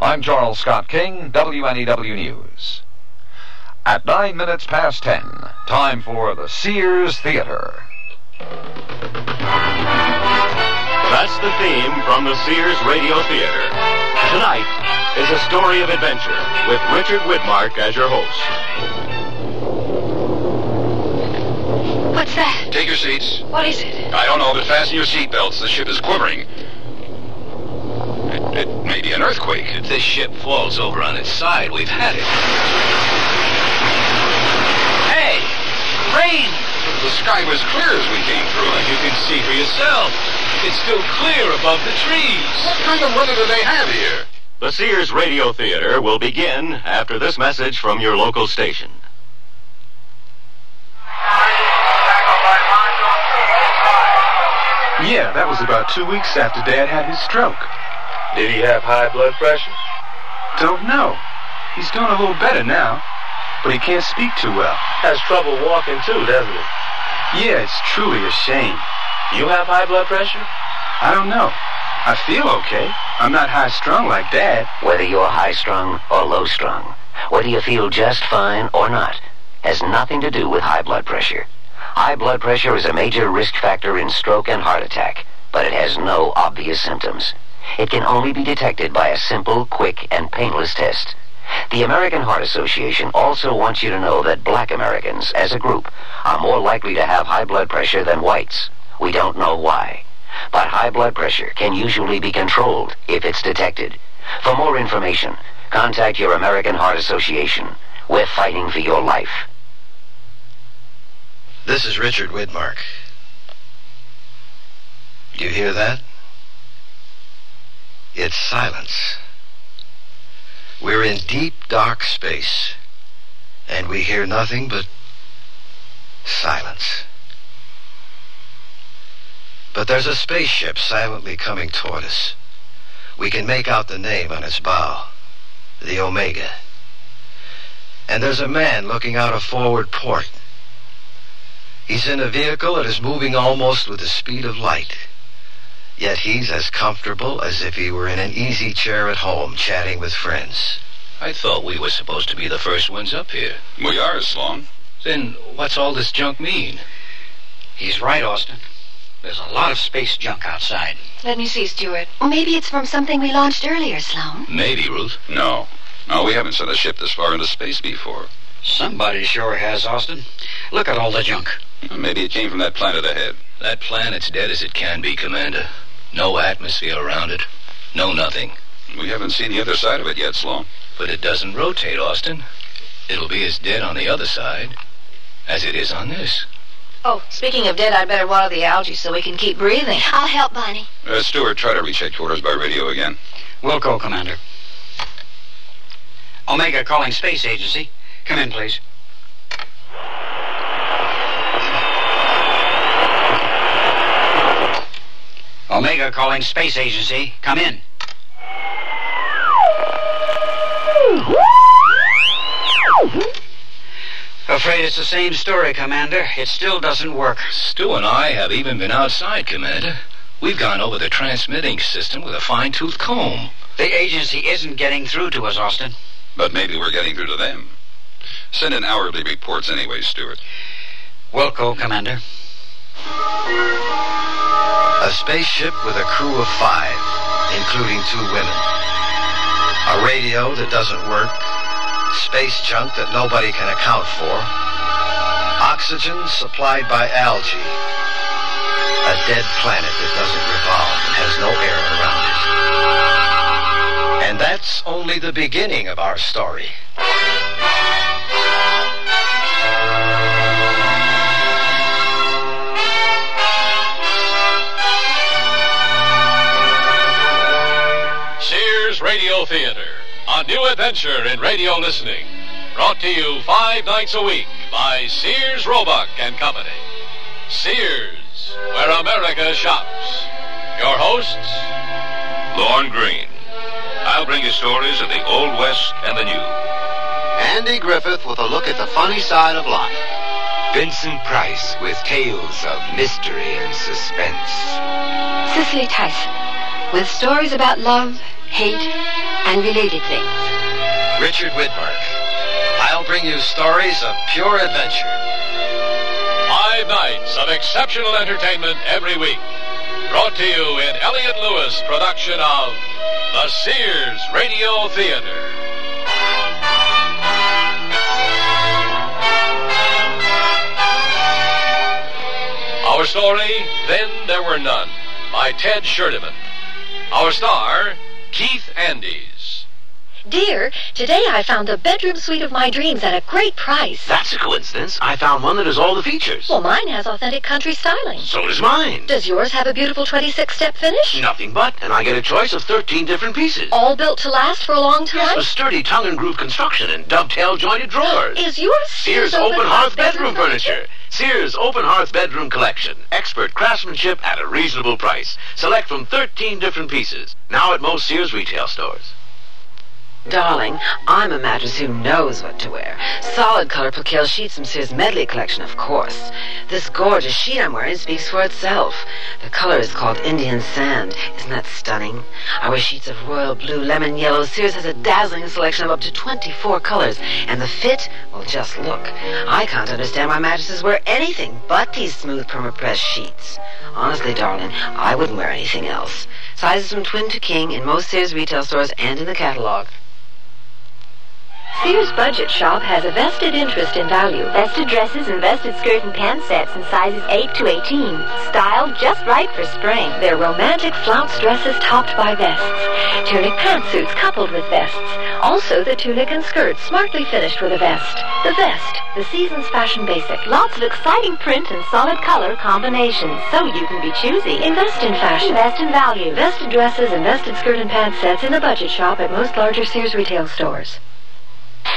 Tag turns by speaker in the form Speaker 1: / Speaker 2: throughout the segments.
Speaker 1: I'm Charles Scott King, WNEW News. At nine minutes past ten, time for the Sears Theater.
Speaker 2: That's the theme from the Sears Radio Theater. Tonight is a story of adventure with Richard Widmark as your host.
Speaker 3: What's that?
Speaker 4: Take your seats.
Speaker 3: What is it?
Speaker 4: I don't know, but fasten your seatbelts. The ship is quivering. It, it may be an earthquake.
Speaker 5: If this ship falls over on its side, we've had it. Hey! Rain!
Speaker 4: The sky was clear as we came through it.
Speaker 5: You can see for yourself. It's still clear above the trees.
Speaker 4: What kind of weather do they have here?
Speaker 2: The Sears Radio Theater will begin after this message from your local station.
Speaker 6: Yeah, that was about two weeks after Dad had his stroke.
Speaker 2: Did he have high blood pressure?
Speaker 6: Don't know. He's doing a little better now, but he can't speak too well.
Speaker 2: Has trouble walking too, doesn't he?
Speaker 6: Yeah, it's truly a shame.
Speaker 2: You have high blood pressure?
Speaker 6: I don't know. I feel okay. I'm not high strung like Dad.
Speaker 7: Whether you're high strung or low strung, whether you feel just fine or not, has nothing to do with high blood pressure. High blood pressure is a major risk factor in stroke and heart attack, but it has no obvious symptoms. It can only be detected by a simple, quick, and painless test. The American Heart Association also wants you to know that black Americans, as a group, are more likely to have high blood pressure than whites. We don't know why. But high blood pressure can usually be controlled if it's detected. For more information, contact your American Heart Association. We're fighting for your life.
Speaker 5: This is Richard Widmark. Do you hear that? It's silence. We're in deep, dark space, and we hear nothing but silence. But there's a spaceship silently coming toward us. We can make out the name on its bow the Omega. And there's a man looking out a forward port. He's in a vehicle that is moving almost with the speed of light. Yet he's as comfortable as if he were in an easy chair at home chatting with friends. I thought we were supposed to be the first ones up here.
Speaker 4: We are, Sloan.
Speaker 5: Then what's all this junk mean?
Speaker 8: He's right, Austin. There's a lot of space junk outside.
Speaker 3: Let me see, Stuart. Maybe it's from something we launched earlier, Sloan.
Speaker 5: Maybe, Ruth.
Speaker 4: No. No, we haven't sent a ship this far into space before.
Speaker 8: Somebody sure has, Austin. Look at all the junk.
Speaker 4: Maybe it came from that planet ahead.
Speaker 5: That planet's dead as it can be, Commander. No atmosphere around it. No nothing.
Speaker 4: We haven't seen the other side of it yet, Sloan.
Speaker 5: But it doesn't rotate, Austin. It'll be as dead on the other side as it is on this.
Speaker 9: Oh, speaking of dead, I'd better water the algae so we can keep breathing.
Speaker 3: I'll help Bonnie.
Speaker 4: Uh, Stuart, try to reach headquarters by radio again.
Speaker 8: We'll go, Commander. Omega calling Space Agency. Come in, please. Omega calling Space Agency. Come in. Afraid it's the same story, Commander. It still doesn't work.
Speaker 5: Stu and I have even been outside, Commander. We've gone over the transmitting system with a fine tooth comb.
Speaker 8: The agency isn't getting through to us, Austin.
Speaker 4: But maybe we're getting through to them. Send in hourly reports anyway, Stuart.
Speaker 8: Wilco, Commander.
Speaker 5: A spaceship with a crew of five, including two women. A radio that doesn't work. Space junk that nobody can account for. Oxygen supplied by algae. A dead planet that doesn't revolve and has no air around it. And that's only the beginning of our story.
Speaker 2: Sears Radio Theater, a new adventure in radio listening. Brought to you five nights a week by Sears Roebuck and Company. Sears, where America shops. Your hosts, Lorne Green. I'll bring you stories of the Old West and the New.
Speaker 5: Andy Griffith with a look at the funny side of life.
Speaker 10: Vincent Price with tales of mystery and suspense.
Speaker 3: Cicely Tyson. With stories about love, hate,
Speaker 9: and related things.
Speaker 5: Richard Widmark. I'll bring you stories of pure adventure.
Speaker 2: Five nights of exceptional entertainment every week. Brought to you in Elliot Lewis production of The Sears Radio Theater. Our story, Then There Were None, by Ted Sherdeman. Our star, Keith Andes.
Speaker 3: Dear, today I found the bedroom suite of my dreams at a great price.
Speaker 11: That's a coincidence. I found one that has all the features.
Speaker 3: Well, mine has authentic country styling.
Speaker 11: So does mine.
Speaker 3: Does yours have a beautiful 26-step finish?
Speaker 11: Nothing but, and I get a choice of 13 different pieces.
Speaker 3: All built to last for a long time?
Speaker 11: A sturdy tongue and groove construction and dovetail jointed drawers.
Speaker 3: Is yours
Speaker 11: Sears Open Hearth Bedroom Furniture. Sears Open Hearth Bedroom Collection. Expert craftsmanship at a reasonable price. Select from 13 different pieces. Now at most Sears retail stores.
Speaker 12: Darling, I'm a mattress who knows what to wear. Solid color Plaquil sheets from Sears Medley Collection, of course. This gorgeous sheet I'm wearing speaks for itself. The color is called Indian Sand. Isn't that stunning? Our sheets of royal blue, lemon yellow. Sears has a dazzling selection of up to 24 colors, and the fit? Well, just look. I can't understand why mattresses wear anything but these smooth perma-press sheets. Honestly, darling, I wouldn't wear anything else. Sizes from twin to king in most Sears retail stores and in the catalog.
Speaker 13: Sears Budget Shop has a vested interest in value. Vested dresses and vested skirt and pant sets in sizes 8 to 18, styled just right for spring. They're romantic flounce dresses topped by vests, tunic pantsuits coupled with vests. Also, the tunic and skirt smartly finished with a vest. The vest, the season's fashion basic. Lots of exciting print and solid color combinations, so you can be choosy. Invest in fashion. Invest in value. Vested dresses and vested skirt and pant sets in the Budget Shop at most larger Sears retail stores.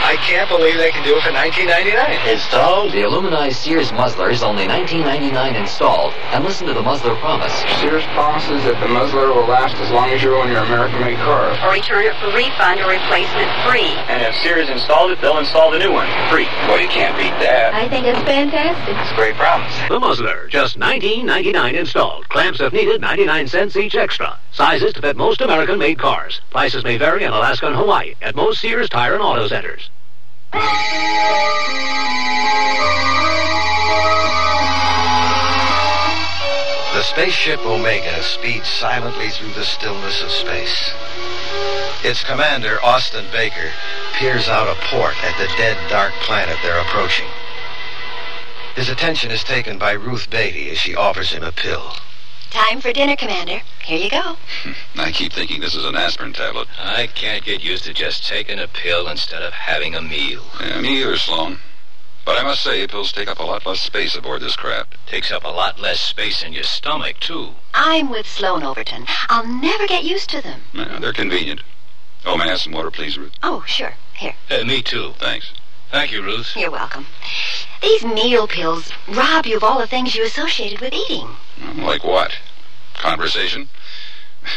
Speaker 14: I can't believe they can do it for 19.99.
Speaker 7: Installed? The aluminized Sears muzzler is only $19.99 installed. And listen to the muzzler promise.
Speaker 10: Sears promises that the muzzler will last as long as you own your American-made car.
Speaker 15: or return it for refund or replacement free.
Speaker 16: And if Sears installed it, they'll install the new one free.
Speaker 14: Well, you can't beat that.
Speaker 13: I think it's fantastic.
Speaker 14: It's a great promise.
Speaker 11: The muzzler, just $19.99 installed. Clamps if needed, 99 cents each extra. Sizes to fit most American-made cars. Prices may vary in Alaska and Hawaii at most Sears Tire and Auto Centers.
Speaker 5: The spaceship Omega speeds silently through the stillness of space. Its commander, Austin Baker, peers out a port at the dead dark planet they're approaching. His attention is taken by Ruth Beatty as she offers him a pill.
Speaker 3: Time for dinner, Commander. Here you go.
Speaker 4: I keep thinking this is an aspirin tablet.
Speaker 6: I can't get used to just taking a pill instead of having a meal.
Speaker 4: Yeah, me either, Sloan. But I must say, pills take up a lot less space aboard this craft.
Speaker 6: Takes up a lot less space in your stomach, too.
Speaker 3: I'm with Sloan Overton. I'll never get used to them.
Speaker 4: Yeah, they're convenient. Oh, may I have some water, please, Ruth?
Speaker 3: Oh, sure. Here.
Speaker 6: Uh, me, too.
Speaker 4: Thanks.
Speaker 6: Thank you, Ruth.
Speaker 3: You're welcome. These meal pills rob you of all the things you associated with eating.
Speaker 4: Mm, Like what? Conversation?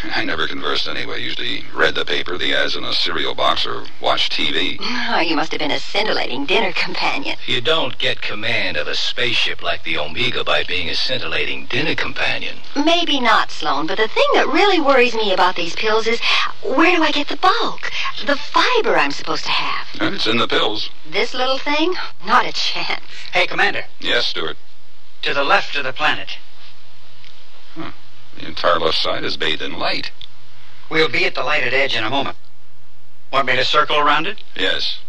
Speaker 4: I never conversed anyway. Usually read the paper, the ads in a cereal box, or watched TV.
Speaker 3: Oh, you must have been a scintillating dinner companion.
Speaker 6: You don't get command of a spaceship like the Omega by being a scintillating dinner companion.
Speaker 3: Maybe not, Sloan, but the thing that really worries me about these pills is where do I get the bulk? The fiber I'm supposed to have.
Speaker 4: And it's in the pills.
Speaker 3: This little thing? Not a chance.
Speaker 8: Hey, Commander,
Speaker 4: Yes, Stuart.
Speaker 8: to the left of the planet.
Speaker 4: The entire left side is bathed in light.
Speaker 8: We'll be at the lighted edge in a moment. Want me to circle around it?
Speaker 4: Yes.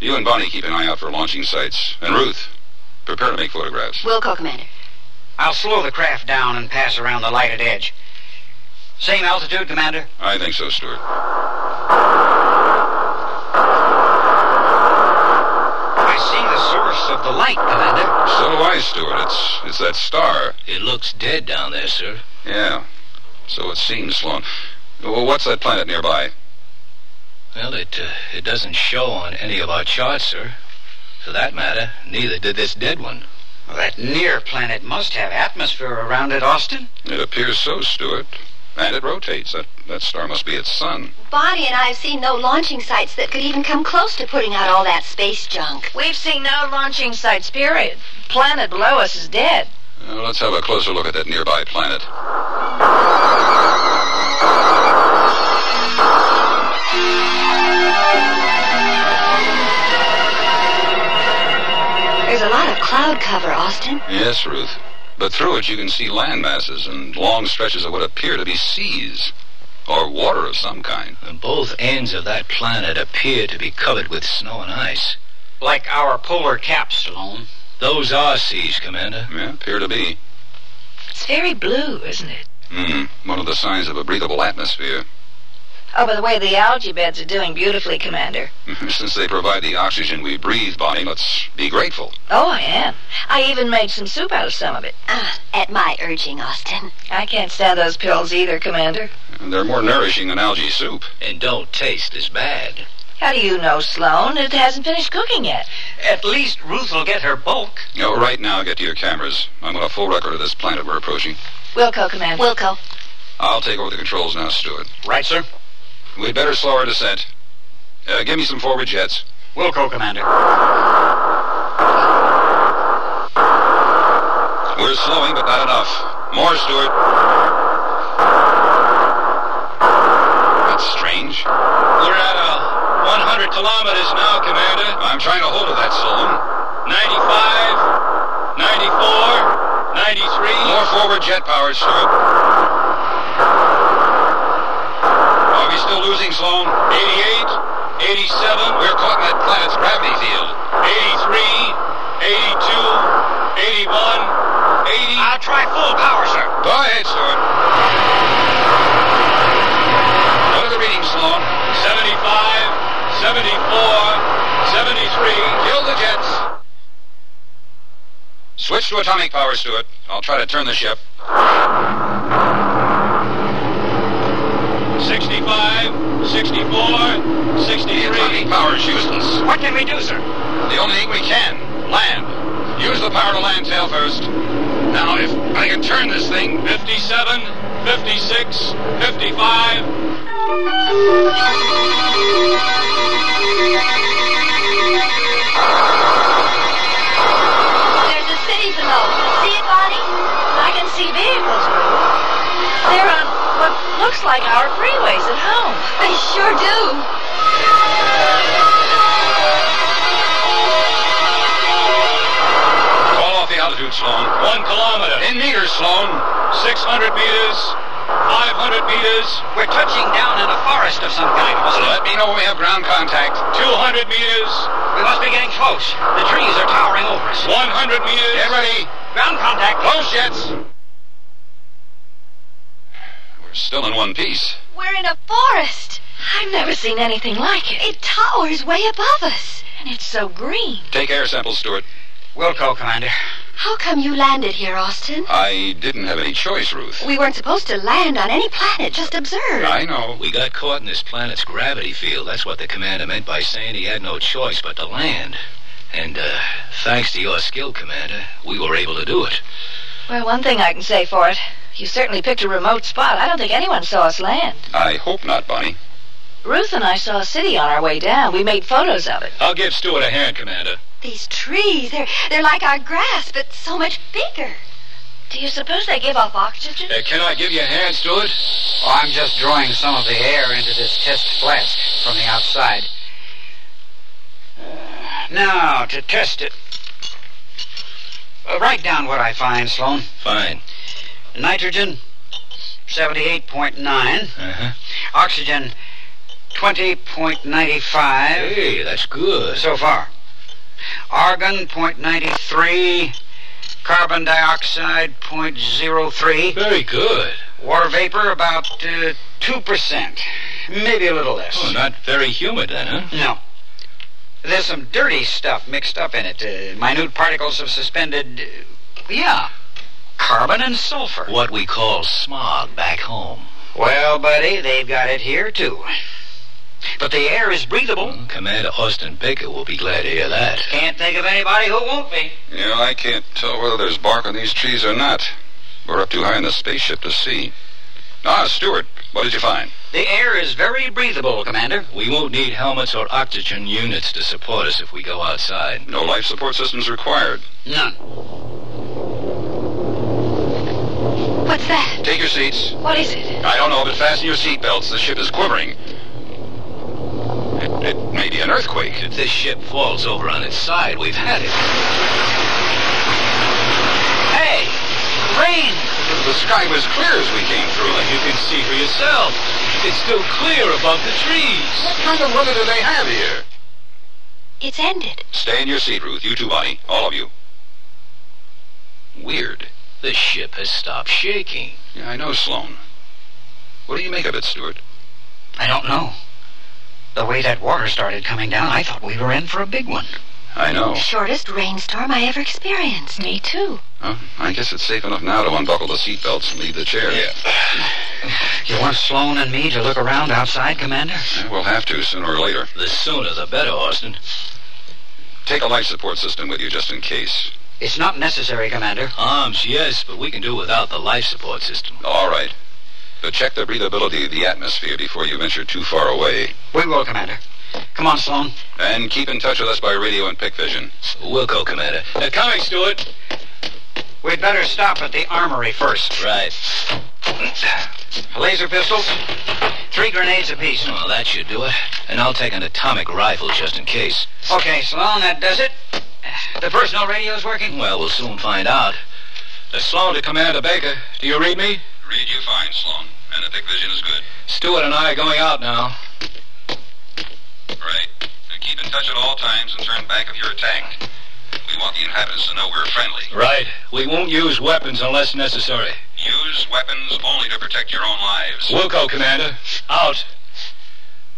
Speaker 4: You and Bonnie keep an eye out for launching sites. And Ruth, prepare to make photographs.
Speaker 3: We'll go, Commander.
Speaker 8: I'll slow the craft down and pass around the lighted edge. Same altitude, Commander?
Speaker 4: I think so, Stuart.
Speaker 8: I see the source of the light, Commander.
Speaker 4: So do I, Stuart. It's it's that star.
Speaker 6: It looks dead down there, sir.
Speaker 4: Yeah. So it seems, Sloan. Well, what's that planet nearby?
Speaker 6: Well, it, uh, it doesn't show on any of our charts, sir. For that matter, neither did this dead one.
Speaker 8: Well, that near planet must have atmosphere around it, Austin.
Speaker 4: It appears so, Stuart. And it rotates. That that star must be its sun.
Speaker 3: Bonnie and I have seen no launching sites that could even come close to putting out all that space junk.
Speaker 9: We've seen no launching sites, period. Planet below us is dead.
Speaker 4: Uh, let's have a closer look at that nearby planet.
Speaker 3: There's a lot of cloud cover, Austin.
Speaker 4: Yes, Ruth. But through it you can see land masses and long stretches of what appear to be seas or water of some kind.
Speaker 10: And both ends of that planet appear to be covered with snow and ice.
Speaker 8: Like our polar caps, Stallone.
Speaker 10: Those are seas, Commander.
Speaker 4: Yeah, appear to be.
Speaker 9: It's very blue, isn't it?
Speaker 4: Mm-hmm. One of the signs of a breathable atmosphere.
Speaker 9: Oh, by the way, the algae beds are doing beautifully, Commander.
Speaker 4: Mm-hmm. Since they provide the oxygen we breathe, Bonnie, let's be grateful.
Speaker 9: Oh, I am. I even made some soup out of some of it.
Speaker 3: Ah, at my urging, Austin.
Speaker 9: I can't stand those pills either, Commander.
Speaker 4: They're more nourishing than algae soup.
Speaker 10: And don't taste as bad.
Speaker 9: How do you know, Sloan? It hasn't finished cooking yet.
Speaker 8: At least Ruth will get her bulk.
Speaker 4: You know, Oh, right now, get to your cameras. I want a full record of this planet we're approaching.
Speaker 9: Wilco, Commander.
Speaker 3: Wilco.
Speaker 4: I'll take over the controls now, Stewart.
Speaker 8: Right, sir.
Speaker 4: We'd better slow our descent. Uh, give me some forward jets.
Speaker 8: Wilco, Commander.
Speaker 4: We're slowing, but not enough. More, Stewart. That's strange.
Speaker 10: We're at uh, 100 kilometers now, Commander.
Speaker 4: I'm trying to hold to that, Sloan.
Speaker 10: 95, 94, 93.
Speaker 4: More forward jet power, Stewart. Are we still losing,
Speaker 10: 88, 87,
Speaker 4: Sloan? We're caught in that planet's gravity field.
Speaker 10: 83, 82, 81, 80.
Speaker 8: I'll try full power, sir.
Speaker 4: Go ahead, Stewart. What are the readings, Sloan?
Speaker 10: 75, 74, 73.
Speaker 4: Kill the jets. Switch to atomic power, Stewart. I'll try to turn the ship.
Speaker 10: 65, 64,
Speaker 4: The
Speaker 10: 63.
Speaker 4: atomic power is useless.
Speaker 8: What can we do, sir?
Speaker 4: The only thing we can, land. Use the power to land tail first. Now, if I can turn this thing,
Speaker 10: 57, 56, 55.
Speaker 9: There's a city below. See it, Bonnie? I can see vehicles, Ruth. They're on what looks like our freeways at home.
Speaker 3: They sure do.
Speaker 4: call off the altitude, Sloan.
Speaker 10: One kilometer,
Speaker 4: In meters, Sloan.
Speaker 10: 600 meters, 500 meters,
Speaker 8: We're touching down in a forest of some kind,
Speaker 4: So
Speaker 8: Austin.
Speaker 4: let me know when we have ground contact.
Speaker 10: 200 meters,
Speaker 8: We must be getting close. The trees are towering over us.
Speaker 10: 100 meters.
Speaker 4: Get ready.
Speaker 8: Ground contact.
Speaker 4: Close jets. We're still in one piece.
Speaker 3: We're in a forest.
Speaker 9: I've never seen anything like it.
Speaker 3: It towers way above us.
Speaker 9: And it's so green.
Speaker 4: Take air samples, Stewart.
Speaker 8: Wilco, Commander.
Speaker 3: How come you landed here, Austin?
Speaker 4: I didn't have any choice, Ruth.
Speaker 3: We weren't supposed to land on any planet, just observe.
Speaker 4: I know.
Speaker 10: We got caught in this planet's gravity field. That's what the commander meant by saying he had no choice but to land. And, uh, thanks to your skill, Commander, we were able to do it.
Speaker 9: Well, one thing I can say for it. You certainly picked a remote spot. I don't think anyone saw us land.
Speaker 4: I hope not, Bonnie.
Speaker 9: Ruth and I saw a city on our way down. We made photos of it.
Speaker 10: I'll give Stewart a hand, Commander.
Speaker 3: These trees, they're, they're like our grass, but so much bigger.
Speaker 9: Do you suppose they give off oxygen?
Speaker 10: Uh, can I give you a hand, Stewart?
Speaker 8: Well, Oh, I'm just drawing some of the air into this test flask from the outside. Uh, now, to test it. Uh, write down what I find, Sloan.
Speaker 10: Fine.
Speaker 8: Nitrogen, 78.9.
Speaker 10: Uh-huh.
Speaker 8: Oxygen, 20.95
Speaker 10: Hey, that's good.
Speaker 8: so far. Argon, 0.93. Carbon dioxide, 0.03.
Speaker 10: Very good.
Speaker 8: Water vapor about uh, two percent, maybe a little less.
Speaker 10: Oh, not very humid then, huh?
Speaker 8: No. There's some dirty stuff mixed up in it. Uh, minute particles of suspended, uh, yeah, carbon and sulfur.
Speaker 10: What we call smog back home.
Speaker 8: Well, buddy, they've got it here too. But the air is breathable.
Speaker 10: Well, Commander Austin Baker will be glad to hear that.
Speaker 8: Can't think of anybody who won't be.
Speaker 4: You know, I can't tell whether there's bark on these trees or not. We're up too high in the spaceship to see. Ah, Stewart, what did you find?
Speaker 8: The air is very breathable, Commander.
Speaker 10: We won't need helmets or oxygen units to support us if we go outside.
Speaker 4: No life support systems required.
Speaker 8: None.
Speaker 3: What's that?
Speaker 4: Take your seats.
Speaker 9: What is it?
Speaker 4: I don't know, but fasten your seatbelts. The ship is quivering.
Speaker 10: maybe an earthquake.
Speaker 6: If this ship falls over on its side, we've had it.
Speaker 10: Hey! Rain! The sky was clear as we came through it. You can see for yourself. It's still clear above the trees. What kind of weather do they have here?
Speaker 3: It's ended.
Speaker 10: Stay in your seat, Ruth. You too, Bonnie. All of you.
Speaker 6: Weird. The ship has stopped shaking.
Speaker 10: Yeah, I know, Oh, Sloan. What do you make of it, Stuart?
Speaker 8: I don't know. The way that water started coming down, I thought we were in for a big one.
Speaker 10: I know.
Speaker 3: Shortest rainstorm I ever experienced. Me too.
Speaker 10: Huh? I guess it's safe enough now to unbuckle the seatbelts and leave the chair.
Speaker 8: You want Sloan and me to look around outside, Commander?
Speaker 10: We'll have to sooner or later.
Speaker 6: The sooner the better, Austin.
Speaker 10: Take a life support system with you just in case.
Speaker 8: It's not necessary, Commander.
Speaker 6: Arms, yes, but we can do without the life support system.
Speaker 10: All right. But check the breathability of the atmosphere before you venture too far away.
Speaker 8: We will, Commander. Come on, Sloan.
Speaker 10: And keep in touch with us by radio and pick vision.
Speaker 6: We'll go, Commander. They're coming, Stuart.
Speaker 8: We'd better stop at the armory first.
Speaker 6: Right.
Speaker 8: Laser pistols, three grenades apiece.
Speaker 6: Well, that should do it. And I'll take an atomic rifle just in case.
Speaker 8: Okay, Sloan, that does it. The personal radio's working?
Speaker 6: Well, we'll soon find out. The Sloan to Commander Baker. Do you read me?
Speaker 10: Read you fine, Sloan. And the pick vision is good.
Speaker 6: Stuart and I are going out now.
Speaker 10: Right. And keep in touch at all times and turn back if you're attacked. We want the inhabitants to know we're friendly.
Speaker 6: Right. We won't use weapons unless necessary.
Speaker 10: Use weapons only to protect your own lives.
Speaker 6: We'll go, Commander. Out.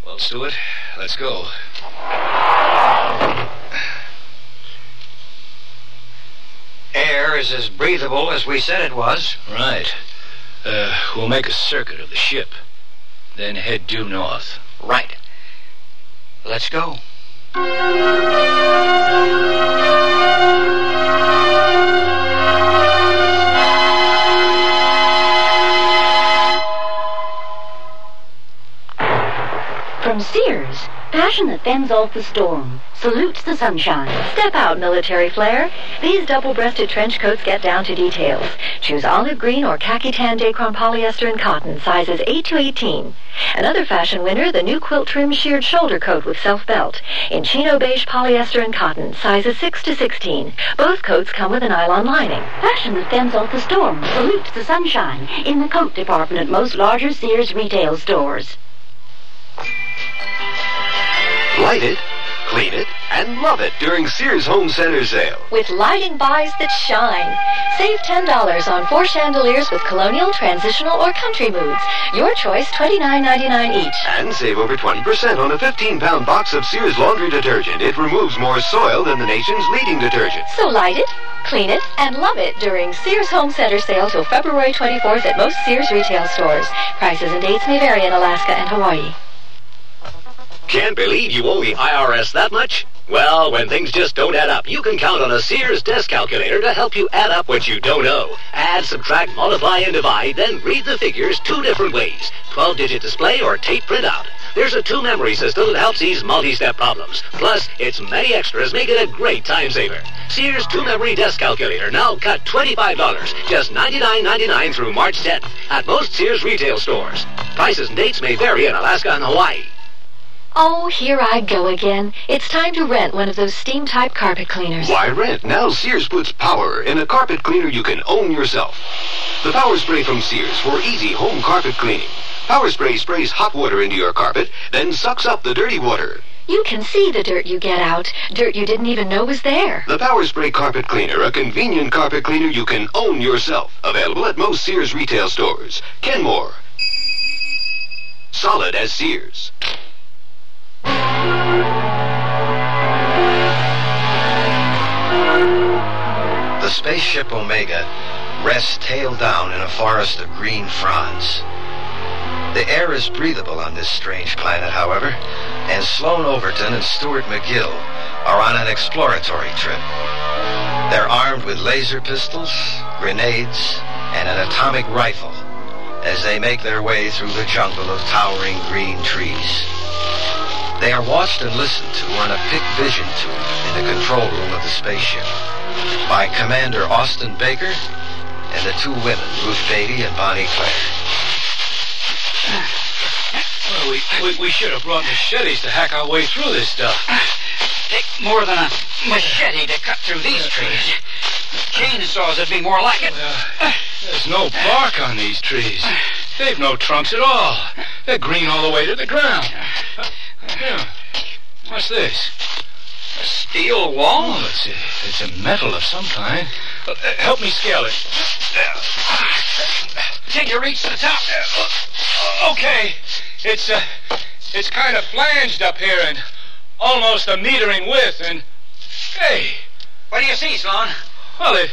Speaker 6: Well, Stuart, let's go.
Speaker 8: Air is as breathable as we said it was.
Speaker 6: Right. Uh, we'll make a circuit of the ship, then head due north.
Speaker 8: Right. Let's go.
Speaker 13: From Sears, passion that fends off the storm, salutes the sunshine. Step out, military flair. These double-breasted trench coats get down to details. Choose olive green or khaki tan dacron polyester and cotton, sizes 8 to 18. Another fashion winner, the new quilt trim sheared shoulder coat with self-belt. In chino beige polyester and cotton, sizes 6 to 16. Both coats come with a nylon lining. Fashion that fends off the storm, salutes the sunshine. In the coat department at most larger Sears retail stores.
Speaker 17: Light it, clean it, and love it during Sears Home Center sale.
Speaker 13: with lighting buys that shine. Save $10 on four chandeliers with colonial, transitional, or country moods. Your choice, $29.99 each.
Speaker 17: And save over 20% on a 15 pound box of Sears laundry detergent. It removes more soil than the nation's leading detergent.
Speaker 13: So light it, clean it, and love it during Sears Home Center sale till February 24th at most Sears retail stores. Prices and dates may vary in Alaska and Hawaii.
Speaker 17: Can't believe you owe the IRS that much? Well, when things just don't add up, you can count on a Sears desk calculator to help you add up what you don't owe. Add, subtract, multiply, and divide, then read the figures two different ways 12 digit display or tape printout. There's a two memory system that helps ease multi step problems. Plus, its many extras make it a great time saver. Sears two memory desk calculator now cut $25, just $99.99 through March 10th at most Sears retail stores. Prices and dates may vary in Alaska and Hawaii.
Speaker 13: Oh, here I go again. It's time to rent one of those steam type carpet cleaners.
Speaker 17: Why rent? Now Sears puts power in a carpet cleaner you can own yourself. The Power Spray from Sears for easy home carpet cleaning. Power Spray sprays hot water into your carpet, then sucks up the dirty water.
Speaker 13: You can see the dirt you get out, dirt you didn't even know was there.
Speaker 17: The Power Spray Carpet Cleaner, a convenient carpet cleaner you can own yourself. Available at most Sears retail stores. Kenmore. Solid as Sears.
Speaker 5: The spaceship Omega rests tail down in a forest of green fronds. The air is breathable on this strange planet, however, and Sloan Overton and Stuart McGill are on an exploratory trip. They're armed with laser pistols, grenades, and an atomic rifle as they make their way through the jungle of towering green trees. They are watched and listened to on a pick vision tube in the control room of the spaceship by Commander Austin Baker and the two women, Ruth Beatty and Bonnie Claire.
Speaker 6: we, we, we should have brought machetes to hack our way through this stuff.
Speaker 8: Take more than a machete to cut through these trees. Chainsaws would be more like it.
Speaker 6: There's no bark on these trees. They've no trunks at all. They're green all the way to the ground. Yeah. What's this?
Speaker 8: A steel wall?
Speaker 6: Oh, it's, a, it's a metal of some kind. Uh, uh, help me scale it.
Speaker 8: Take your reach to the top.
Speaker 6: Okay. It's uh, it's kind of flanged up here and almost a meter in width and hey,
Speaker 8: What do you see, Sloan?
Speaker 6: well it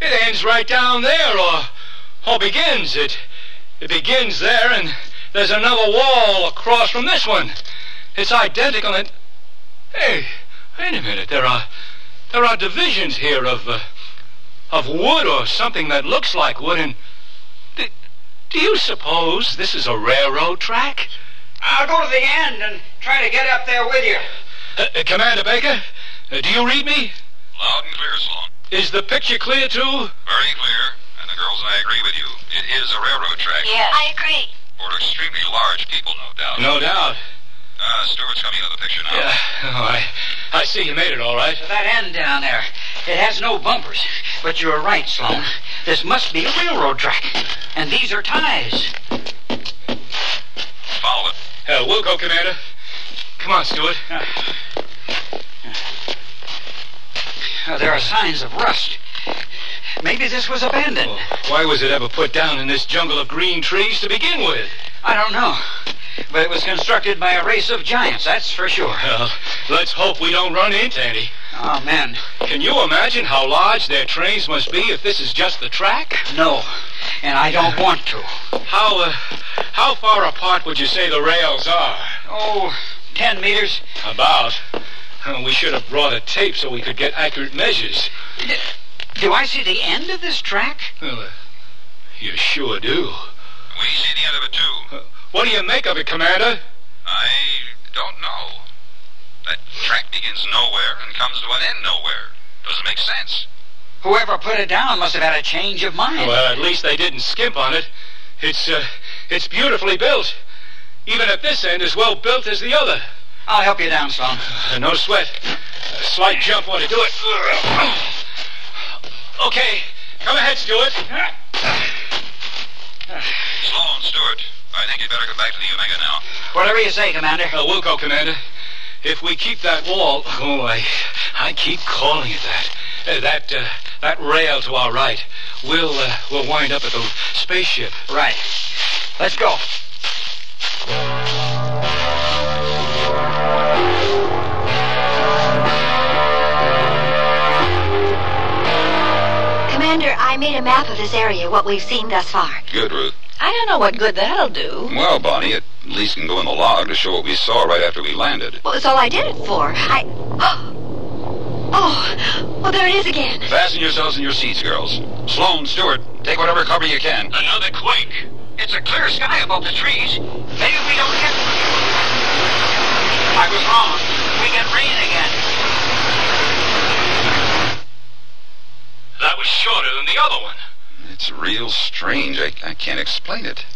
Speaker 6: it ends right down there or or begins it it begins there and there's another wall across from this one. It's identical and hey, wait a minute. There are there are divisions here of uh, of wood or something that looks like wood and do- do you suppose this is a railroad track?
Speaker 8: I'll go to the end and try to get up there with you.
Speaker 6: Uh, uh, Commander Baker, uh, do you read me?
Speaker 4: Loud and clear, Sloan.
Speaker 6: Is the picture clear too?
Speaker 4: Very clear. And the girls and I agree with you. It is a railroad track.
Speaker 14: I agree.
Speaker 4: For extremely large people, no doubt.
Speaker 6: No doubt.
Speaker 4: Uh, Stewart's coming into the picture now.
Speaker 6: Yeah. All right. I see you made it all right.
Speaker 8: That end down there. It has no bumpers. But you're right, Sloan. This must be a railroad track. And these are ties.
Speaker 4: Follow it.
Speaker 6: Uh, we'll go, Commander. Come on, Stuart.
Speaker 8: Uh, there are signs of rust. Maybe this was abandoned.
Speaker 6: Oh, Why was it ever put down in this jungle of green trees to begin with?
Speaker 8: I don't know. But it was constructed by a race of giants, that's for sure.
Speaker 6: Well, let's hope we don't run into any.
Speaker 8: Oh, man.
Speaker 6: Can you imagine how large their trains must be if this is just the track?
Speaker 8: No. And I don't want to.
Speaker 6: How, uh, how far apart would you say the rails are?
Speaker 8: Oh, ten meters.
Speaker 6: About. Uh, we should have brought a tape so we could get accurate measures.
Speaker 8: Do I see the end of this track?
Speaker 6: Well, uh, you sure do. Uh,
Speaker 4: We see the end of it, too.
Speaker 6: What do you make of it, Commander?
Speaker 4: I don't know. That track begins nowhere and comes to an end nowhere. Doesn't make sense.
Speaker 8: Whoever put it down must have had a change of mind.
Speaker 6: Well, at least they didn't skimp on it. It's, uh, it's beautifully built. Even at this end, as well built as the other.
Speaker 8: I'll help you down, Sloan.
Speaker 6: Uh, no sweat. A slight jump ought to do it. Okay, come ahead, Stuart.
Speaker 4: Sloan, Stewart, I think you'd better come back to the Omega now.
Speaker 8: Whatever you say, Commander.
Speaker 6: Uh, we'll go, Commander. If we keep that wall, oh, I, I keep calling it that. Uh, that uh, that rail to our right, we'll uh, we'll wind up at the spaceship.
Speaker 8: Right. Let's go.
Speaker 3: Commander, I made a map of this area, what we've seen thus far.
Speaker 4: Good, Ruth.
Speaker 12: I don't know what good that'll do.
Speaker 4: Well, Bonnie, at least can go in the log to show what we saw right after we landed.
Speaker 3: Well, that's all I did it for. I. Oh, well, there it is again.
Speaker 4: Fasten yourselves in your seats, girls. Sloan, Stewart, take whatever cover you can.
Speaker 10: Another quake. It's a clear sky above the trees. Maybe we don't get.
Speaker 8: I was wrong. We get rain again.
Speaker 11: That was shorter than the other one.
Speaker 4: It's real strange. I, I can't explain it.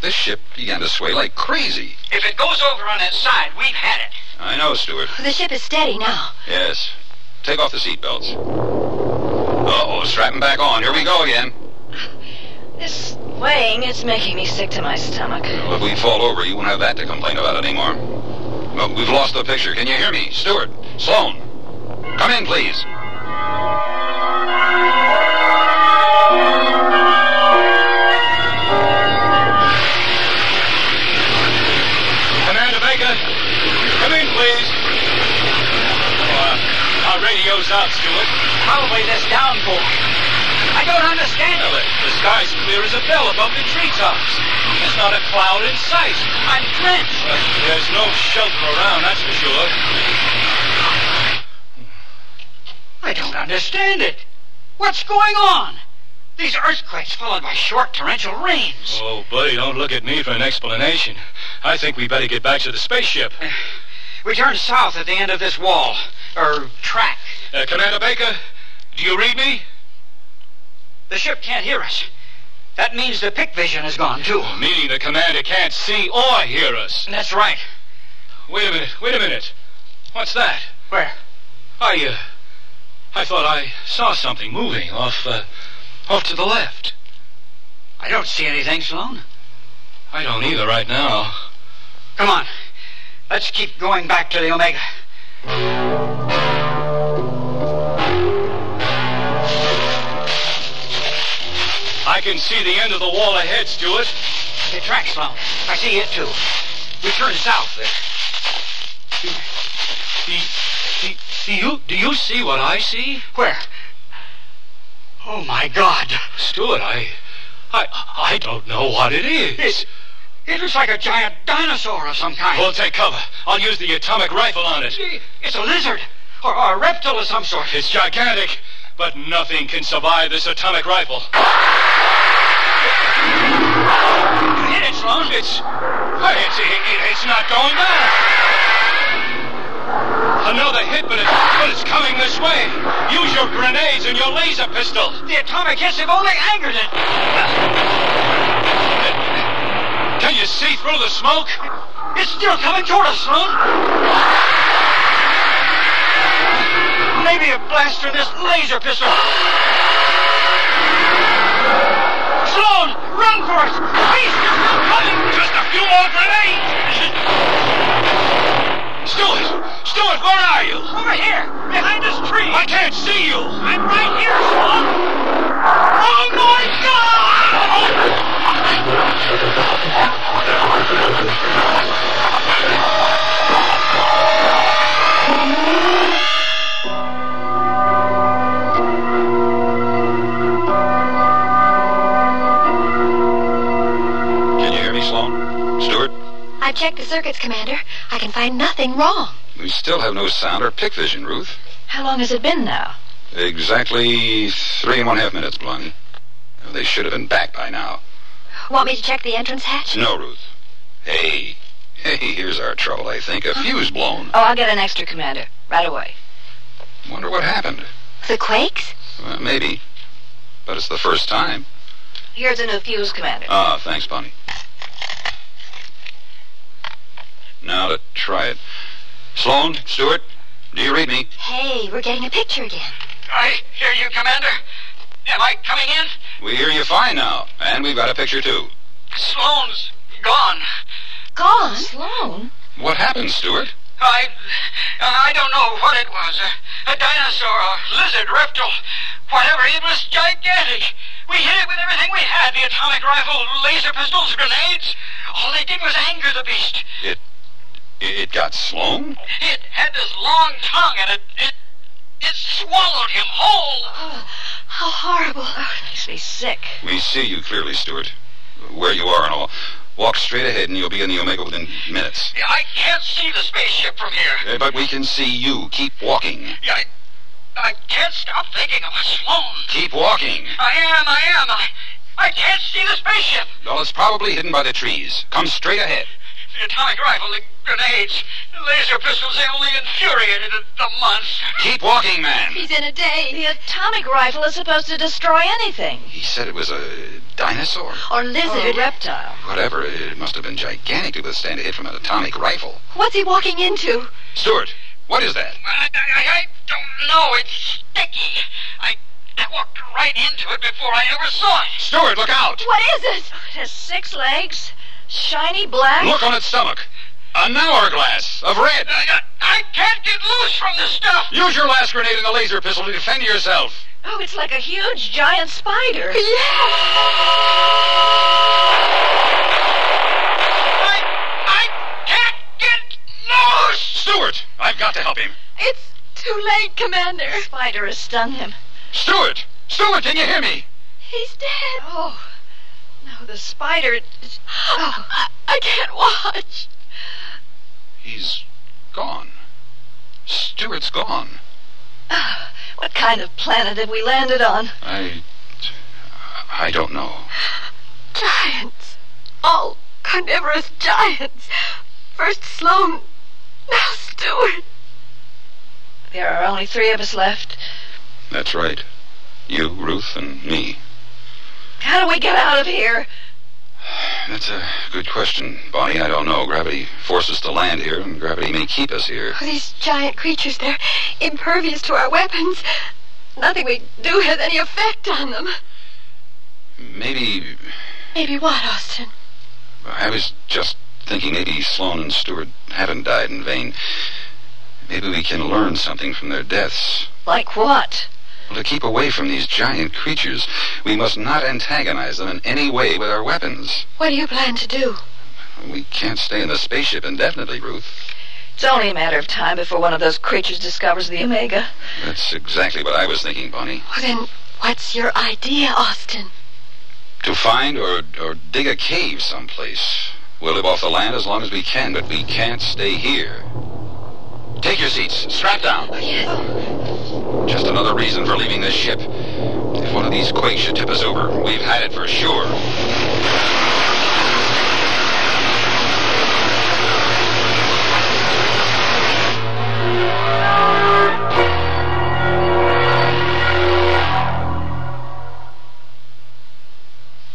Speaker 4: This ship began to sway like crazy.
Speaker 8: If it goes over on its side, we've had it.
Speaker 4: I know, Stewart.
Speaker 3: The ship is steady now.
Speaker 4: Yes. Take off the seatbelts. Uh-oh, strap 'em back on. Here we go again.
Speaker 12: This weighing is making me sick to my stomach.
Speaker 4: Well, if we fall over, you won't have that to complain about anymore. Well, we've lost the picture. Can you hear me? Stewart, Sloan, come in, please.
Speaker 6: Commander Baker, come in, please. Uh, our radio's out, Stuart.
Speaker 8: Probably this downpour. I don't understand
Speaker 6: Well,
Speaker 8: it.
Speaker 6: the, the sky's clear as a bell above the treetops. There's not a cloud in sight.
Speaker 8: I'm drenched.
Speaker 6: Uh, there's no shelter around, that's for sure.
Speaker 8: I don't understand it. What's going on? These earthquakes followed by short torrential rains.
Speaker 6: Oh, buddy, don't look at me for an explanation. I think we better get back to the spaceship.
Speaker 8: We turn south at the end of this wall, or track.
Speaker 6: Uh, Commander Baker, do you read me?
Speaker 8: The ship can't hear us.
Speaker 10: That means the pick vision is gone, too.
Speaker 6: Meaning Oh, the commander can't see or hear us.
Speaker 10: That's right.
Speaker 6: Wait a minute, wait a minute. What's that?
Speaker 10: Where?
Speaker 6: I, uh, I thought I saw something moving off, uh, off to the left.
Speaker 10: I don't see anything, Sloan.
Speaker 6: I don't either right now.
Speaker 10: Come on. Let's keep going back to the Omega.
Speaker 6: I can see the end of the wall ahead, Stuart.
Speaker 10: The track, Sloan. I see it, too. We turn south there.
Speaker 6: Do, do, do you do you see what I see?
Speaker 10: Where? Oh, my God.
Speaker 6: Stuart, I I I don't know what it is.
Speaker 10: It, it looks like a giant dinosaur of some kind.
Speaker 6: We'll take cover. I'll use the atomic rifle on it.
Speaker 10: It's a lizard or, or a reptile of some sort.
Speaker 6: It's gigantic, but nothing can survive this atomic rifle.
Speaker 10: You hit it, Sloan.
Speaker 6: It's it's it- it's not going back. Another hit, but it's, but it's coming this way. Use your grenades and your laser pistol.
Speaker 10: The atomic hits have only angered it.
Speaker 6: Can you see through the smoke?
Speaker 10: It's still coming toward us, Sloan. Maybe a blast from this laser pistol. Sloan, run for it! Beast is still coming!
Speaker 6: Just a few more grenades. Stuart, Stuart, where are you?
Speaker 10: Over here, behind this tree.
Speaker 6: I can't see you.
Speaker 10: I'm right here, Sloan. Oh my God!
Speaker 4: Can you hear me, Sloan? Stuart?
Speaker 3: I've checked the circuits, Commander. I can find nothing wrong.
Speaker 4: We still have no sound or pick vision, Ruth.
Speaker 9: How long has it been now?
Speaker 4: Exactly three and one half minutes, Blondie. They should have been back by now.
Speaker 3: Want me to check the entrance hatch?
Speaker 4: No, Ruth. Hey, hey, here's our trouble, I think. A fuse blown.
Speaker 9: Oh, I'll get an extra, Commander. Right away.
Speaker 4: Wonder what happened.
Speaker 3: The quakes?
Speaker 4: Well, maybe. But it's the first time.
Speaker 9: Here's a new fuse, Commander.
Speaker 4: Ah, thanks, Bonnie. Now to try it. Sloan, Stewart, do you read me?
Speaker 3: Hey, we're getting a picture again.
Speaker 10: I hear you, Commander. Am I coming in?
Speaker 4: We hear you fine now, and we've got a picture too.
Speaker 10: Sloane's gone.
Speaker 3: Gone?
Speaker 9: Sloan?
Speaker 4: What happened, Stewart?
Speaker 10: I, I don't know what it was. A, a dinosaur, a lizard, reptile, whatever. It was gigantic. We hit it with everything we had. The atomic rifle, laser pistols, grenades. All they did was anger the beast.
Speaker 4: It, it got Sloan?
Speaker 10: It had this long tongue and it, it, it swallowed him whole.
Speaker 9: Oh,
Speaker 3: How horrible.
Speaker 9: Makes me sick.
Speaker 4: We see you clearly, Stewart. Where you are and all. Walk straight ahead, and you'll be in the Omega within minutes.
Speaker 10: I can't see the spaceship from here.
Speaker 4: Uh, But we can see you. Keep walking.
Speaker 10: I, I can't stop thinking of Sloan.
Speaker 4: Keep walking.
Speaker 10: I am, I am. I, I can't see the spaceship.
Speaker 4: Well, it's probably hidden by the trees. Come straight ahead.
Speaker 10: The atomic rifle, the grenades, the laser pistols, they only infuriated the, the monster.
Speaker 4: Keep walking, man.
Speaker 3: He's in a day.
Speaker 9: The atomic rifle is supposed to destroy anything.
Speaker 4: He said it was a dinosaur.
Speaker 3: Or lizard.
Speaker 9: Or reptile.
Speaker 4: Whatever, it must have been gigantic to withstand a hit from an atomic rifle.
Speaker 3: What's he walking into?
Speaker 4: Stewart, what is that?
Speaker 10: I, I, I don't know. It's sticky. I, I walked right into it before I ever saw it.
Speaker 4: Stewart, look out!
Speaker 3: What is it?
Speaker 9: It has six legs, shiny black.
Speaker 4: Look on its stomach. An hourglass of red.
Speaker 10: I, I, I can't get loose from this stuff.
Speaker 4: Use your last grenade and the laser pistol to defend yourself.
Speaker 9: Oh, it's like a huge giant spider.
Speaker 10: I, I can't get loose.
Speaker 4: Stewart, I've got to help him.
Speaker 3: It's too late, Commander.
Speaker 9: The spider has stung him.
Speaker 4: Stewart! Stewart, can you hear me?
Speaker 3: He's dead.
Speaker 9: Oh, no, the spider. it- Oh,
Speaker 3: I, I can't watch.
Speaker 4: He's gone. Stewart's gone.
Speaker 9: Oh, what kind of planet have we landed on?
Speaker 4: I. I don't know.
Speaker 3: Giants. All carnivorous giants. First Sloan, now Stewart.
Speaker 9: There are only three of us left.
Speaker 4: That's right. You, Ruth, and me.
Speaker 14: How do we get out of here?
Speaker 4: That's a good question, Bonnie. I don't know. Gravity forces us to land here, and gravity may keep us here.
Speaker 14: Oh, these giant creatures, they're impervious to our weapons. Nothing we do has any effect on them.
Speaker 4: Maybe
Speaker 14: Maybe what, Austin?
Speaker 4: I was just thinking maybe Sloan and Stewart haven't died in vain. Maybe we can learn something from their deaths.
Speaker 14: Like what?
Speaker 4: Well, to keep away from these giant creatures, we must not antagonize them in any way with our weapons.
Speaker 14: What do you plan to do?
Speaker 4: We can't stay in the spaceship indefinitely, Ruth.
Speaker 9: It's only a matter of time before one of those creatures discovers the Omega.
Speaker 4: That's exactly what I was thinking, Bonnie.
Speaker 14: Well, then, what's your idea, Austin?
Speaker 4: To find or, or dig a cave someplace. We'll live off the land as long as we can, but we can't stay here. Take your seats. Strap down. Just another reason for leaving this ship. If one of these quakes should tip us over, we've had it for sure.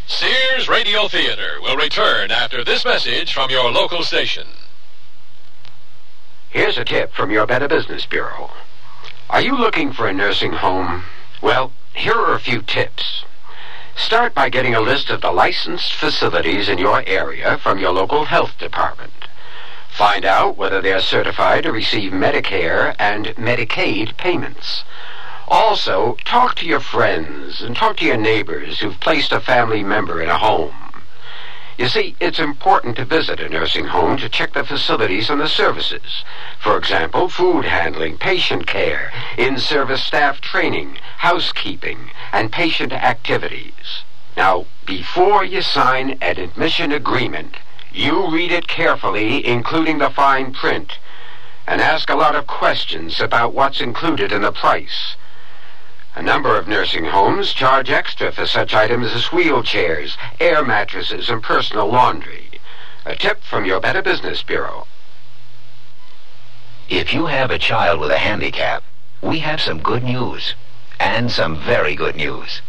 Speaker 2: Sears Radio Theater will return after this message from your local station.
Speaker 18: Here's a tip from your Better Business Bureau. Are you looking for a nursing home? Well, here are a few tips. Start by getting a list of the licensed facilities in your area from your local health department. Find out whether they're certified to receive Medicare and Medicaid payments. Also, talk to your friends and talk to your neighbors who've placed a family member in a home. You see, it's important to visit a nursing home to check the facilities and the services. For example, food handling, patient care, in-service staff training, housekeeping, and patient activities. Now, before you sign an admission agreement, you read it carefully, including the fine print, and ask a lot of questions about what's included in the price. A number of nursing homes charge extra for such items as wheelchairs, air mattresses, and personal laundry. A tip from your Better Business Bureau.
Speaker 19: If you have a child with a handicap, we have some good news. And some very good news.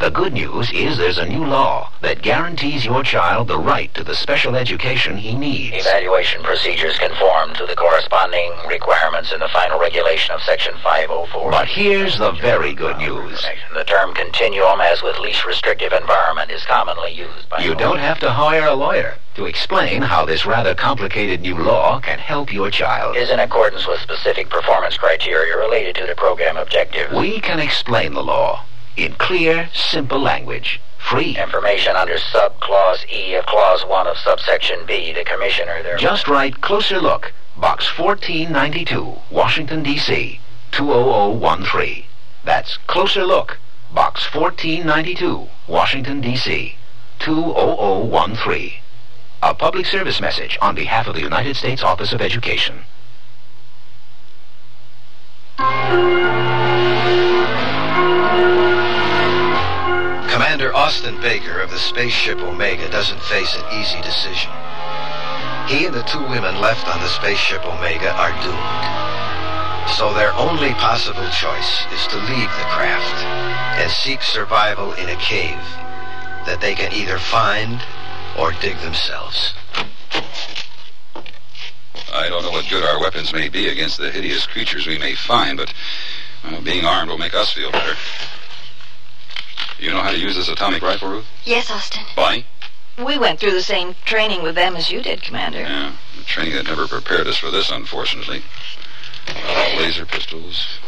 Speaker 19: The good news is there's a new law that guarantees your child the right to the special education he needs.
Speaker 20: Evaluation procedures conform to the corresponding requirements in the final regulation of Section 504.
Speaker 19: But here's the very good news.
Speaker 20: The term continuum, as with least restrictive environment, is commonly used by.
Speaker 19: You don't have to hire a lawyer to explain how this rather complicated new law can help your child.
Speaker 20: Is in accordance with specific performance criteria related to the program objective.
Speaker 19: We can explain the law in clear, simple language. Free.
Speaker 20: Information under subclause E of clause 1 of subsection B, the commissioner there.
Speaker 19: Just write Closer Look, Box 1492, Washington, D.C., 20013. That's Closer Look, Box 1492, Washington, D.C., 20013. A public service message on behalf of the United States Office of Education.
Speaker 5: Commander Austin Baker of the spaceship Omega doesn't face an easy decision. He and the two women left on the spaceship Omega are doomed. So their only possible choice is to leave the craft and seek survival in a cave that they can either find or dig themselves.
Speaker 4: I don't know what good our weapons may be against the hideous creatures we may find, but uh, being armed will make us feel better. You know how to use this atomic rifle, Ruth?
Speaker 3: Yes, Austin.
Speaker 4: Bonnie?
Speaker 9: We went through the same training with them as you did, Commander.
Speaker 4: Yeah, the training had never prepared us for this, unfortunately. Uh, laser pistols,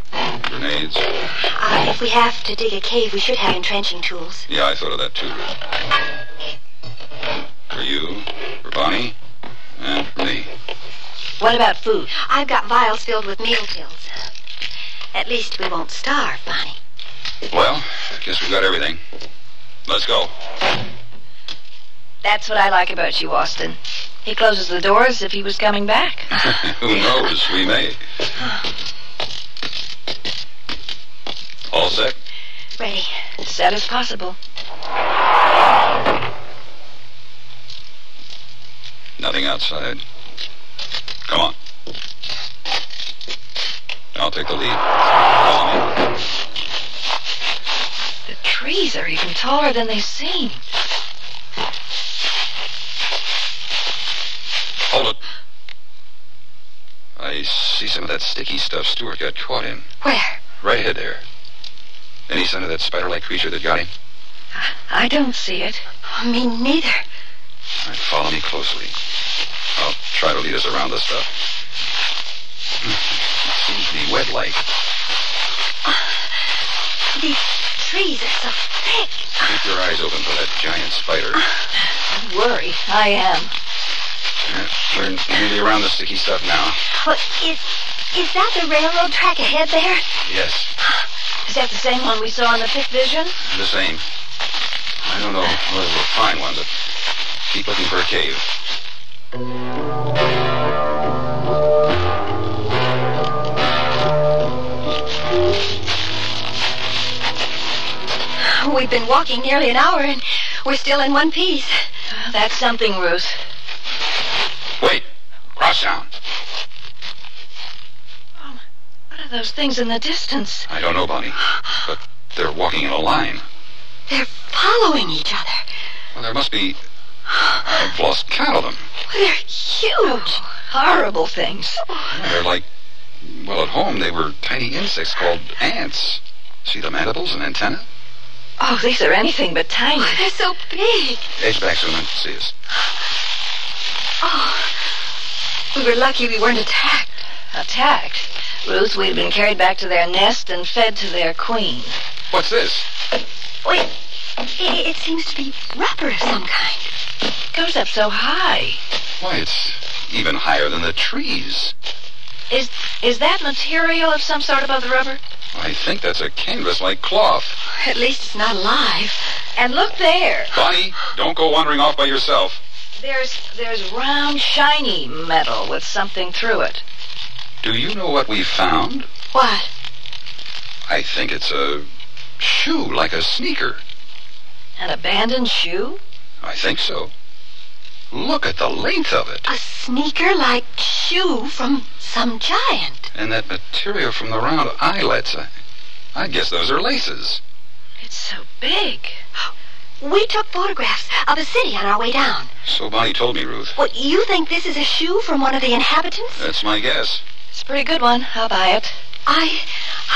Speaker 4: grenades.
Speaker 3: Uh, if we have to dig a cave, we should have entrenching tools.
Speaker 4: Yeah, I thought of that too, Ruth. For you, for Bonnie, and for me.
Speaker 3: What about food? I've got vials filled with meal pills. At least we won't starve, Bonnie.
Speaker 4: Well, I guess we've got everything. Let's go.
Speaker 9: That's what I like about you, Austin. He closes the door as if he was coming back.
Speaker 4: Who knows? We may. All set?
Speaker 3: Ready.
Speaker 9: Set as possible.
Speaker 4: Nothing outside. Come on. I'll take the lead. Follow me.
Speaker 9: Trees are even taller than they seen.
Speaker 4: Hold it. I see some of that sticky stuff Stewart got caught in.
Speaker 9: Where?
Speaker 4: Right ahead there. Any sign of that spider-like creature that got him?
Speaker 9: I don't see it.
Speaker 3: Oh,
Speaker 9: Me neither.
Speaker 4: All right, follow me closely. I'll try to lead us around the stuff. It seems to be wet-like.
Speaker 3: These trees are so thick.
Speaker 4: Keep your eyes open for that giant spider.
Speaker 9: Don't worry, I am.
Speaker 4: Yeah, we're nearly around the sticky stuff now.
Speaker 3: Well, is, is that the railroad track ahead there?
Speaker 4: Yes,
Speaker 9: Is that the same one we saw in the fifth vision?
Speaker 4: the same. I don't know whether we'll find one, but keep looking for a cave.
Speaker 3: We've been walking nearly an hour and we're still in one piece.
Speaker 9: That's something, Ruth.
Speaker 4: Wait, cross town.
Speaker 9: What are those things in the distance?
Speaker 4: I don't know, Bonnie, but they're walking in a line.
Speaker 3: They're following each other.
Speaker 4: Well, there must be. I've lost count of them.
Speaker 9: They're huge. Oh, horrible things.
Speaker 4: They're like, well, at home they were tiny insects called ants. See the mandibles and antenna?
Speaker 9: Oh, these are anything but tiny.
Speaker 3: Oh, they're so big.
Speaker 4: Edge back so they can see us.
Speaker 3: Oh, we were lucky we weren't attacked.
Speaker 9: Attacked. Ruth, we've been carried back to their nest and fed to their queen.
Speaker 4: What's this?
Speaker 3: Wait, it, it seems to be rubber of some kind.
Speaker 9: Goes up so high.
Speaker 4: Why, it's even higher than the trees.
Speaker 9: Is is that material of some sort above the rubber?
Speaker 4: I think that's a canvas like cloth.
Speaker 3: At least it's not alive.
Speaker 9: And look there.
Speaker 4: Bonnie, don't go wandering off by yourself.
Speaker 9: There's there's round, shiny metal with something through it.
Speaker 4: Do you know what we found?
Speaker 9: What?
Speaker 4: I think it's a shoe, like a sneaker.
Speaker 9: An abandoned shoe?
Speaker 4: I think so. Look at the length of it.
Speaker 3: A sneaker like shoe from some giant.
Speaker 4: And that material from the round eyelets. I, I guess those are laces.
Speaker 9: It's so big.
Speaker 3: We took photographs of a city on our way down.
Speaker 4: So Bonnie told me, Ruth.
Speaker 3: What, you think this is a shoe from one of the inhabitants?
Speaker 4: That's my guess.
Speaker 9: It's a pretty good one. I'll buy it.
Speaker 3: I,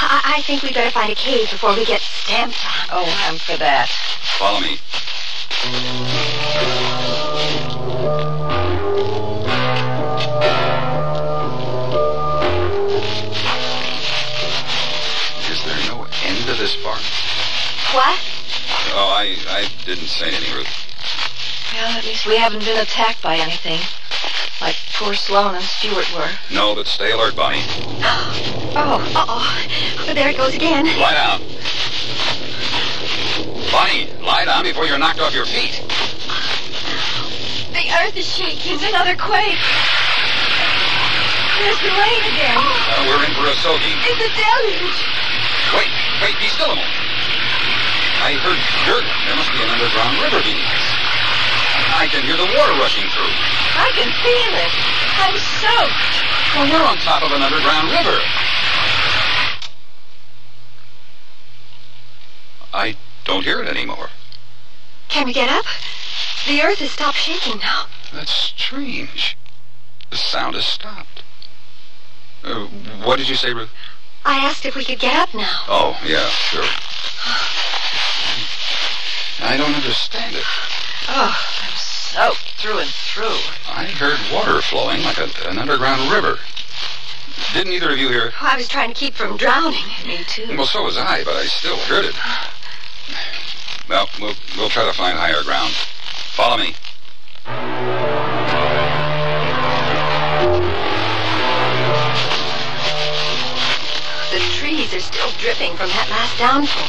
Speaker 3: I, I think we better find a cave before we get stamped on.
Speaker 9: Oh, I'm for that.
Speaker 4: Follow me. Is there no end to this bar?
Speaker 3: What?
Speaker 4: Oh, I, I didn't say anything, Ruth.
Speaker 9: Well, at least we haven't been attacked by anything. Like poor Sloan and Stewart were.
Speaker 4: No, but stay alert, Bonnie.
Speaker 3: Oh, uh-oh. Well, there it goes again.
Speaker 4: Lie down. Bonnie, lie down before you're knocked off your feet.
Speaker 3: The earth is shaking.
Speaker 9: It's another quake. There's the rain again.
Speaker 4: Uh, we're in for a soaking.
Speaker 9: It's a deluge.
Speaker 4: Wait, wait, be still a moment. I heard dirt. There must be an underground river beneath us. I can hear the water rushing through.
Speaker 9: I can feel it. I'm soaked.
Speaker 4: Well, we're on top of an underground river. I don't hear it anymore.
Speaker 3: Can we get up? The earth has stopped shaking now.
Speaker 4: That's strange. The sound has stopped. Uh, what did you say, Ruth?
Speaker 3: I asked if we could get up now.
Speaker 4: Oh, yeah, sure. I don't understand it.
Speaker 9: Oh, I'm soaked through and through.
Speaker 4: I heard water flowing like a, an underground river. Didn't either of you hear it?
Speaker 3: Oh, I was trying to keep from drowning.
Speaker 9: Me too.
Speaker 4: Well, so was I, but I still heard it. Well, we'll, we'll try to find higher ground. Follow me.
Speaker 3: The trees are still dripping from that last downpour.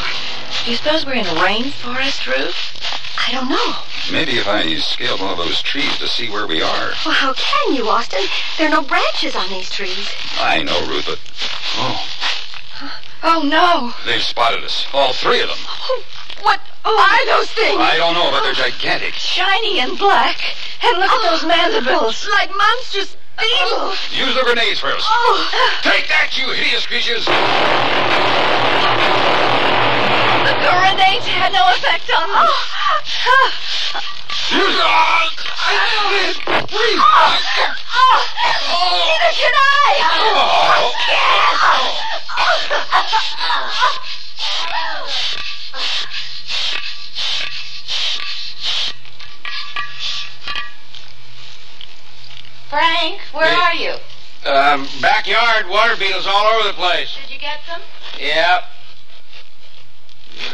Speaker 9: Do you suppose we're in a rainforest, Ruth?
Speaker 3: Mm-hmm. I don't know.
Speaker 4: Maybe if I scaled one of those trees to see where we are.
Speaker 3: Well, how can you, Austin? There are no branches on these trees.
Speaker 4: I know, Ruth, but. Oh,
Speaker 9: Oh no.
Speaker 4: they've spotted us. All three of them.
Speaker 9: What are those things?
Speaker 4: I don't know, but they're gigantic.
Speaker 9: Shiny and black. And look at those mandibles. Oh. Like monstrous beetles.
Speaker 4: Use the grenades first.
Speaker 10: Oh.
Speaker 4: Take that, you hideous creatures!
Speaker 9: The grenades had no effect on Oh. them. Oh.
Speaker 14: Neither can I. Frank, where are you?
Speaker 10: Um, backyard water beetles all over the place.
Speaker 14: Did you get them?
Speaker 10: Yep.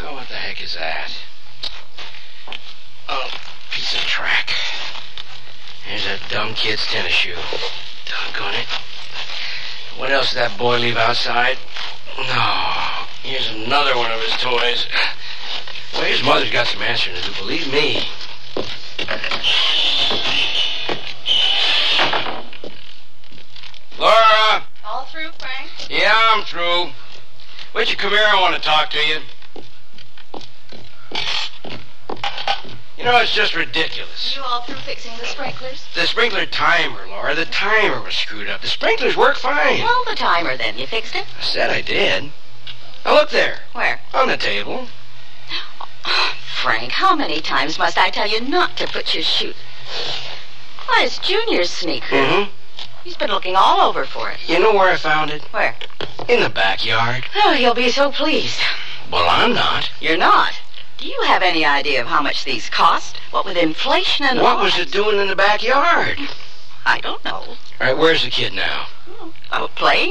Speaker 10: Oh, what the heck is that? Oh, piece of track. There's that dumb kid's tennis shoe. Doggone it. What else did that boy leave outside? No. Here's another one of his toys. Well, his mother's got some answering to do, believe me. Laura!
Speaker 14: All through, Frank?
Speaker 10: Yeah, I'm through. Wait you come here? I want to talk to you. You know, it's just ridiculous.
Speaker 14: You all through fixing the sprinklers?
Speaker 10: The sprinkler timer, Laura. The timer was screwed up. The sprinklers work fine.
Speaker 14: Well, the timer then. You fixed it?
Speaker 10: I said I did. Now look there.
Speaker 14: Where?
Speaker 10: On the table.
Speaker 14: Frank, how many times must I tell you not to put your shoe? Why, it's Junior's sneaker.
Speaker 10: Mm-hmm.
Speaker 14: He's been looking all over for it.
Speaker 10: You know where I found it?
Speaker 14: Where?
Speaker 10: In the backyard.
Speaker 14: Oh, he'll be so pleased.
Speaker 10: Well, I'm not.
Speaker 14: You're not. Do you have any idea of how much these cost? What with inflation and
Speaker 10: what
Speaker 14: all?
Speaker 10: was it doing in the backyard?
Speaker 14: I don't know.
Speaker 10: All right, where's the kid now?
Speaker 14: Oh, playing.